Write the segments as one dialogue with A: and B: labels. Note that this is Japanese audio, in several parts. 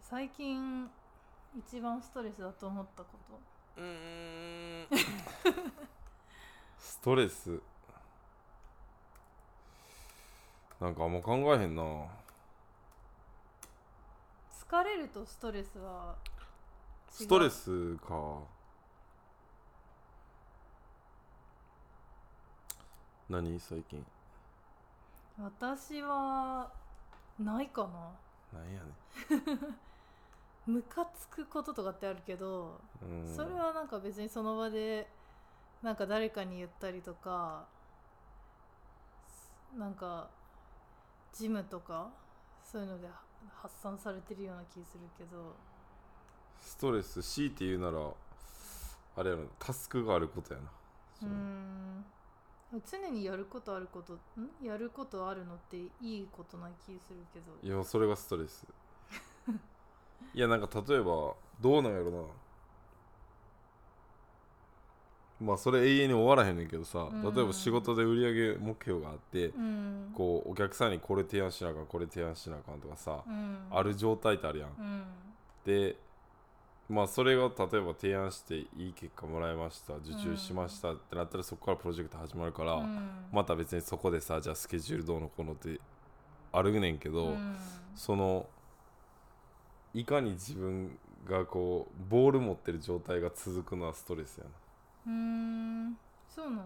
A: 最近一番ストレスだと思ったこと
B: うーん
C: ストレスなんかあんま考えへんな
A: 疲れるとストレスは違う
C: ストレスか何最近
A: 私はないかな
C: なんやね
A: ムカつくこととかってあるけど、
C: んうん
A: それはなんか別にその場でなんか誰かに言ったりとかすなんかジムとかそういうのでは発散されてるような気するけど
C: ストレス強いて言うならあれやろタスクがあることやな
A: う
C: そ
A: ー
C: の
A: ん常にやることあることんやることあるのっていいことな気するけど
C: いやそれがストレスいやなんか例えばどうなんやろなまあそれ永遠に終わらへんねんけどさ、
A: うん
C: 例えば仕事で売り上げ目標があって、
A: うん
C: こうお客さんにこれ提案しなあかんこれ提案しなあかんとかさ、
A: うん
C: ある状態ってあるやん、
A: うん
C: でまあそれが例えば提案していい結果もらいました受注しましたってなったらそこからプロジェクト始まるから、
A: うん
C: また別にそこでさじゃあスケジュールどうのこうのってあるねんけど、
A: うん
C: そのいかに自分がこうボール持ってる状態が続くのはストレスや
A: うーんそうなんだ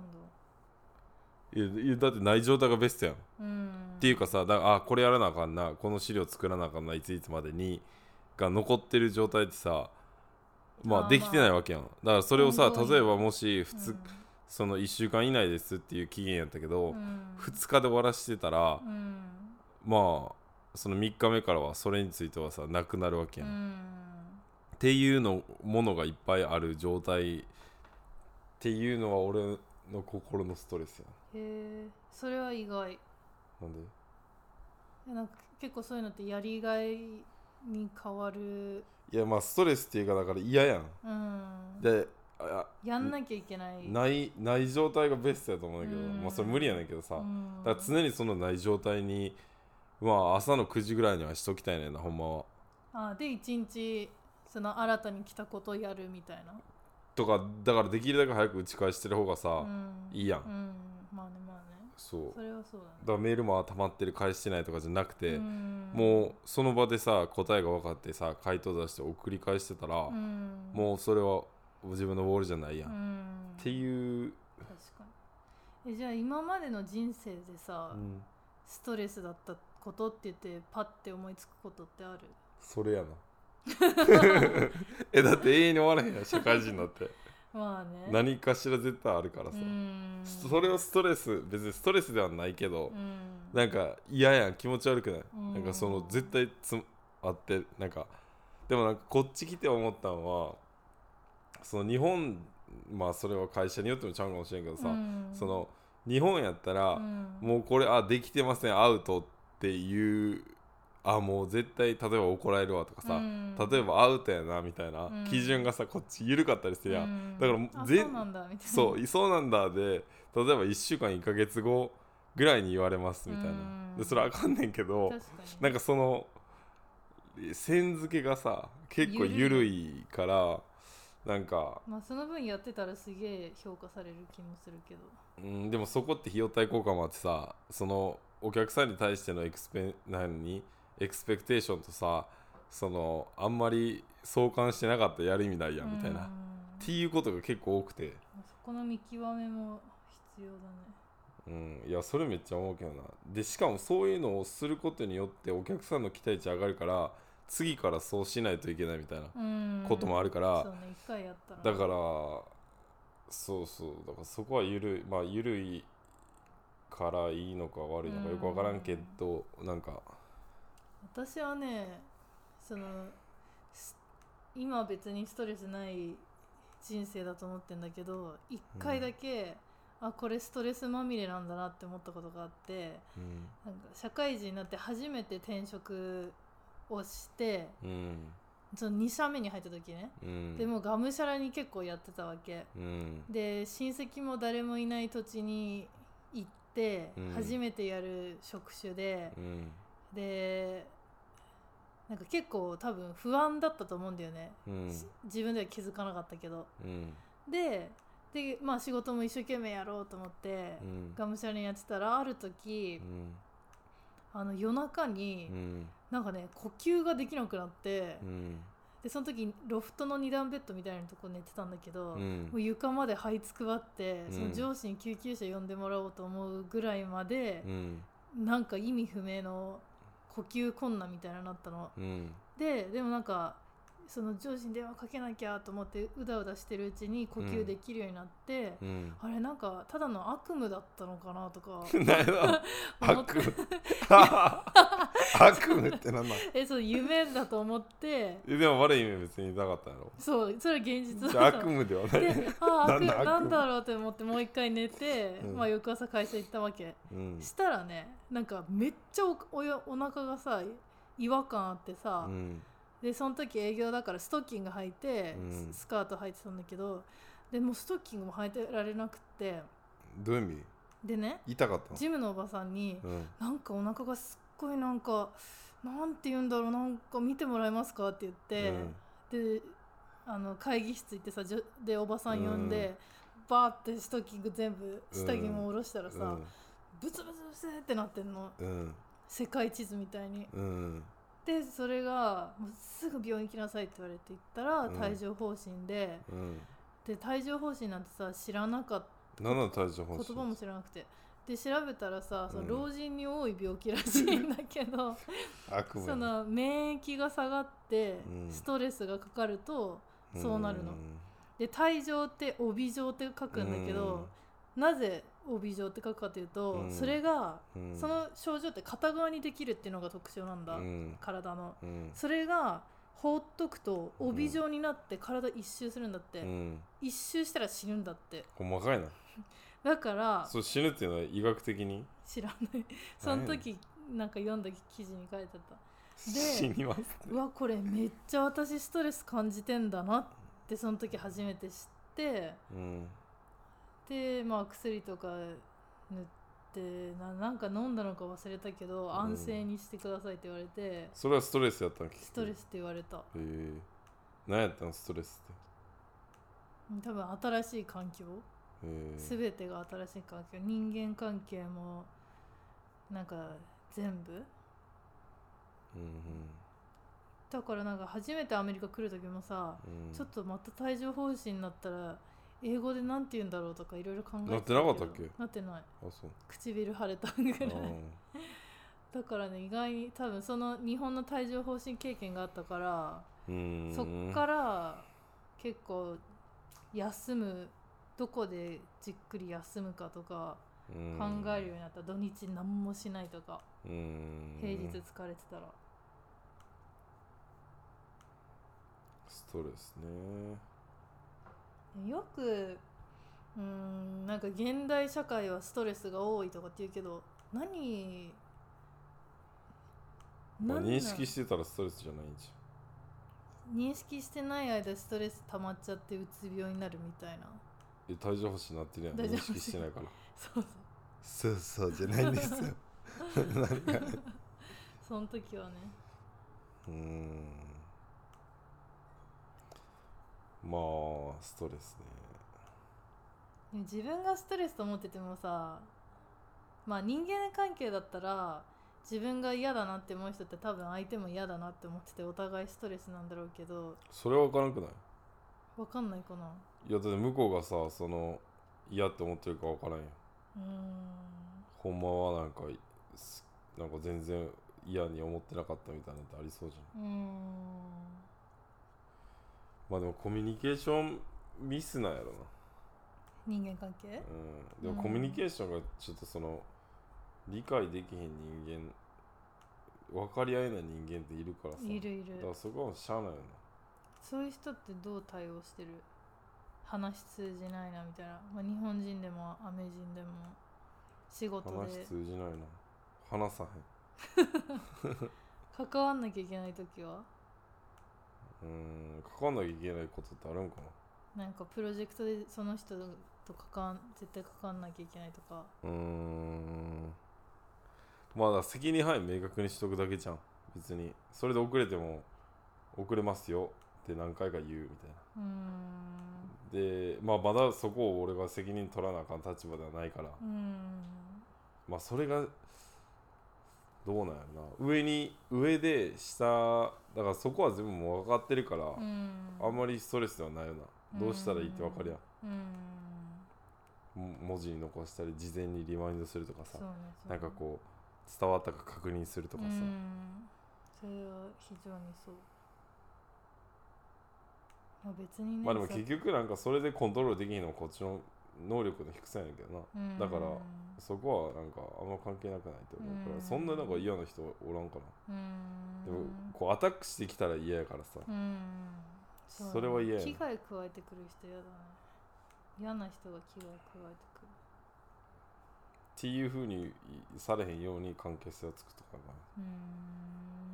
C: ないやいやだってない状態がベストやん、っ
A: うん
C: ていうかさだあこれやらなあかんなこの資料作らなあかんないついつまでにが残ってる状態ってさ
A: あーま
C: ま
A: あ
C: あできてないわけやんだからそれをさ
A: 本当に
C: 例えばもし普通、
A: うん
C: その1週間以内ですっていう期限やったけど、
A: うん
C: 2日で終わらしてたら、
A: うん
C: まあその3日目からはそれについてはさなくなるわけ
A: う
C: やん、
A: ん
C: っていうのものがいっぱいある状態っていうのは俺の心のストレスや
A: へえそれは意外
C: なんで
A: なんか結構そういうのってやりがいに変わる
C: いやまあストレスっていうかだから嫌やん
A: うん
C: であ
A: やんなきゃいけない
C: ないない状態がベストやと思うんだけど、
A: うん
C: まあそれ無理やねんけどさ、
A: うん
C: だから常にそのない状態にまあ朝の9時ぐらいにはしときたいねんなほんまは
A: あで一日その新たに来たことをやるみたいな
C: とかだからできるだけ早く打ち返してる方がさ、
A: うん
C: いいや
A: う
C: ん、
A: んまあねまあね
C: そう
A: それはそうだね
C: だからメールも溜まってる返してないとかじゃなくて、
A: うん
C: もうその場でさ答えが分かってさ回答出して送り返してたら、
A: うん
C: もうそれは自分のボールじゃないやん、
A: う
C: っ
A: ん
C: ていう、
A: 確かにえじゃあ今までの人生でさ、
C: うん
A: ストレスだったことって言ってパッて思いつくことってある
C: それやな えだって永遠に終わらへんやん社会人になって
A: まあね
C: 何かしら絶対あるから
A: う
C: さ、
A: ん
C: それをストレス別にストレスではないけど
A: う、ん
C: なんか嫌やん気持ち悪くない、
A: うん
C: なんかその絶対つあってなんかでもなんかこっち来て思ったんはその日本まあそれは会社によってもちゃうかもしれんけどさ、
A: うん
C: その日本やったら、
A: うん
C: もうこれあできてませんアウトっていうあもう絶対例えば怒られるわとかさ、
A: うん
C: 例えばアウトやなみたいな、
A: うん
C: 基準がさこっち緩かったりしてや、
A: うん
C: だから
A: あ
C: ぜ
A: そうなんだみたいな
C: そういそうなんだで例えば1週間1ヶ月後ぐらいに言われますみたいな
A: うん
C: でそれあかんねんけど
A: 確かに
C: なんかその線付けがさ結構緩いからなんか、
A: まあその分やってたらすげえ評価される気もするけど
C: うん、でもそこって費用対効果もあってさそのお客さんに対してのエクスペ何エクスペクテーションとさそのあんまり相関してなかったらやる意味ないやんみたいな、
A: う
C: っ
A: ん
C: ていうことが結構多くて。
A: まあそこの見極めも必要だね
C: うん、いやそれめっちゃ思うけどなでしかもそういうのをすることによってお客さんの期待値上がるから次からそうしないといけないみたいな
A: うん
C: こともあるから、
A: そうね一回やったら
C: だからそうそうだからそこはゆるいまあゆるいからいいのか悪いのかよく分からんけど、なんか
A: 私はねそのす今別にストレスない人生だと思ってんだけど一回だけ、あこれストレスまみれなんだなって思ったことがあって
C: うん、
A: なんか社会人になって初めて転職をして
C: うん
A: その2社目に入った時ね、
C: うん、
A: でもうがむしゃらに結構やってたわけ
C: うん
A: で親戚も誰もいない土地に行って、
C: うん
A: 初めてやる職種で、
C: うん
A: でなんか結構多分不安だったと思うんだよね、
C: うん
A: し自分では気づかなかったけど
C: うん
A: でで、まあ、仕事も一生懸命やろうと思って、
C: うん
A: がむしゃらにやってたらある時、あの夜中に、
C: うん
A: なんかね呼吸ができなくなって、
C: うん
A: でその時ロフトの2段ベッドみたいなとこ寝てたんだけど、
C: う
A: も
C: ん
A: う床まで這いつくばって、
C: うん
A: その上司に救急車呼んでもらおうと思うぐらいまで
C: う、ん
A: なんか意味不明の呼吸困難みたいなのなったの。
C: うん
A: ででもなんかその上司に電話かけなきゃと思ってうだうだしてるうちに呼吸できるようになって、
C: うん
A: あれなんかただの悪夢だったのかなとか
C: 何だ
A: 思って
C: 悪夢悪夢ってなんなん
A: えそう夢だと思って
C: えでも悪い夢別になかったやろ
A: そうそれは現実
C: じゃ
A: だ
C: あ
A: と
C: 悪
A: 思っ
C: 夢ではない、
A: てでああ悪
C: なんだ悪夢
A: なんだろうと思ってもう一回寝て、
C: うん
A: まあ翌朝会社行ったわけ
C: うん
A: したらねなんかめっちゃおおよお腹がさ違和感あってさ、
C: うん
A: でその時営業だからストッキング履いて、
C: うん
A: ススカート履いてたんだけどでもうストッキングも履いてられなくって
C: どういう意味
A: でね
C: 痛かったの
A: ジムのおばさんに、
C: うん
A: なんかお腹がすっごいなんかなんて言うんだろうなんか見てもらえますかって言って、であの会議室行ってさじょでおばさん呼んで、バーってストッキング全部下着も下ろしたらさ、ブツブツブツってなってんの
C: うんうん
A: 世界地図みたいに。
C: うん
A: でそれがもうすぐ病院行きなさいって言われて行ったら
C: うん
A: 帯状疱疹で、
C: うん
A: で帯状疱疹なんてさ知らなかっ
C: 何なの体調
A: た
C: 方
A: 言
C: 針
A: 葉も知らなくてで調べたらさその
C: うん
A: 老人に多い病気らしいんだけ ど、
C: 悪夢
A: その免疫が下がって
C: うん
A: ストレスがかかるとそうなるので帯状って帯状って書くんだけど、なぜ帯状って書くかというと、
C: うん
A: それが
C: うん
A: その症状って片側にできるっていうのが特徴なんだ、
C: うん
A: 体の。
C: うん
A: それが放っとくと
C: うん
A: 帯状になって体一周するんだって、
C: うん
A: 一周したら死ぬんだって
C: 細かいな
A: だから
C: そう死ぬっていうのは医学的に
A: 知ら ないその時なんか読んだ記事に書いてあった
C: 死にます
A: うわこれめっちゃ私ストレス感じてんだなってその時初めて知って
C: うん
A: でまあ薬とか塗ってななんか飲んだのか忘れたけど安静にしてくださいって言われて、
C: それはストレスやったの
A: ストレスって言われた
C: ええ何やったのストレスって
A: 多分新しい環境
C: ええ
A: 全てが新しい環境人間関係もなんか全部
C: うん
A: だからなんか初めてアメリカ来る時もさ、
C: うんうん
A: ちょっとまた帯状疱疹になったら英語でなんて言うんだろうとかいろいろ考えてけど
C: なってなかったっけ
A: なってない
C: あそう
A: 唇腫れたぐらい
C: うん
A: だからね意外に多分その日本の帯状疱疹経験があったから、
C: うん
A: そっから結構休むどこでじっくり休むかとか考えるようになった、土日何もしないとか
C: うん
A: 平日疲れてたら、
C: ストレスね
A: よくうーんなんか現代社会はストレスが多いとかって言うけど何
C: まあ
A: なん
C: 認識
A: な
C: してたらストレスじゃないんじ
A: 認識してない間ストレス溜まっちゃってうつ病になるみたいな
C: ゃんえ体調不疹になってるやん
A: 体調
C: 認
A: 不振
C: 識してないから
A: そうそう
C: そうそうじゃないんです よなんか
A: その時はね
C: うーんまあストレスね
A: でも自分がストレスと思っててもさまあ人間関係だったら自分が嫌だなって思う人って多分相手も嫌だなって思っててお互いストレスなんだろうけど
C: それは分からんくない
A: わかんないかない
C: やだって向こうがさその嫌って思ってるか分からんやん
A: うーん
C: ほんまはなんかすなんか全然嫌に思ってなかったみたいなのってありそうじゃん
A: うーん
C: まあでもコミュニケーションミスなんやろな
A: 人間関係
C: うん、で
A: うん
C: もコミュニケーションがちょっとその理解できへん人間分かり合えない人間っているからさ
A: いるい
C: だか
A: る
C: らそこはしゃあないよ
A: そういう人ってどう対応してる話通じないなみたいな、まあ、日本人でもアメ人でも仕事
C: な話
A: で
C: 通じないな話さ
A: 関わんなきゃいけない時は
C: へんうん関わんなきゃいけないことってあるんか
A: なんかプロジェクトでその人と関わん絶対関わんなきゃいけないとか
C: なうーんまあだから責任範囲明確にしとくだけじゃん別にそれで遅れても遅れますよって何回か言うみたいな
A: うーん
C: でまあまだそこを俺が責任取らなあかん立場ではないから
A: うーん
C: まあそれがどうなんやろな上に上で下だからそこは全部もう分かってるから、
A: うん
C: あんまりストレスではないよなどうしたらいいって分かるやん
A: うん
C: も文字に残したり事前にリマインドするとか
A: そ
C: さ
A: うねそうね
C: なんかこう伝わったか確認するとかさ、
A: うんそれは非常にそうまあ別にね
C: まあでも
A: さ
C: 結局なんかそれでコントロールできひんのはこっちの能力の低さやねんけどな
A: うん
C: だからそこはなんかあんま関係なくないと思うか
A: うん
C: らそんななんか嫌な人おらんか
A: うん
C: なでもこうアタックしてきたら嫌やからさ
A: うんうね
C: それは嫌やな
A: 危害加えてくる人嫌だね嫌な人が危害加えてくる
C: っていうふうにされへんように関係性を作っとかな
A: うーん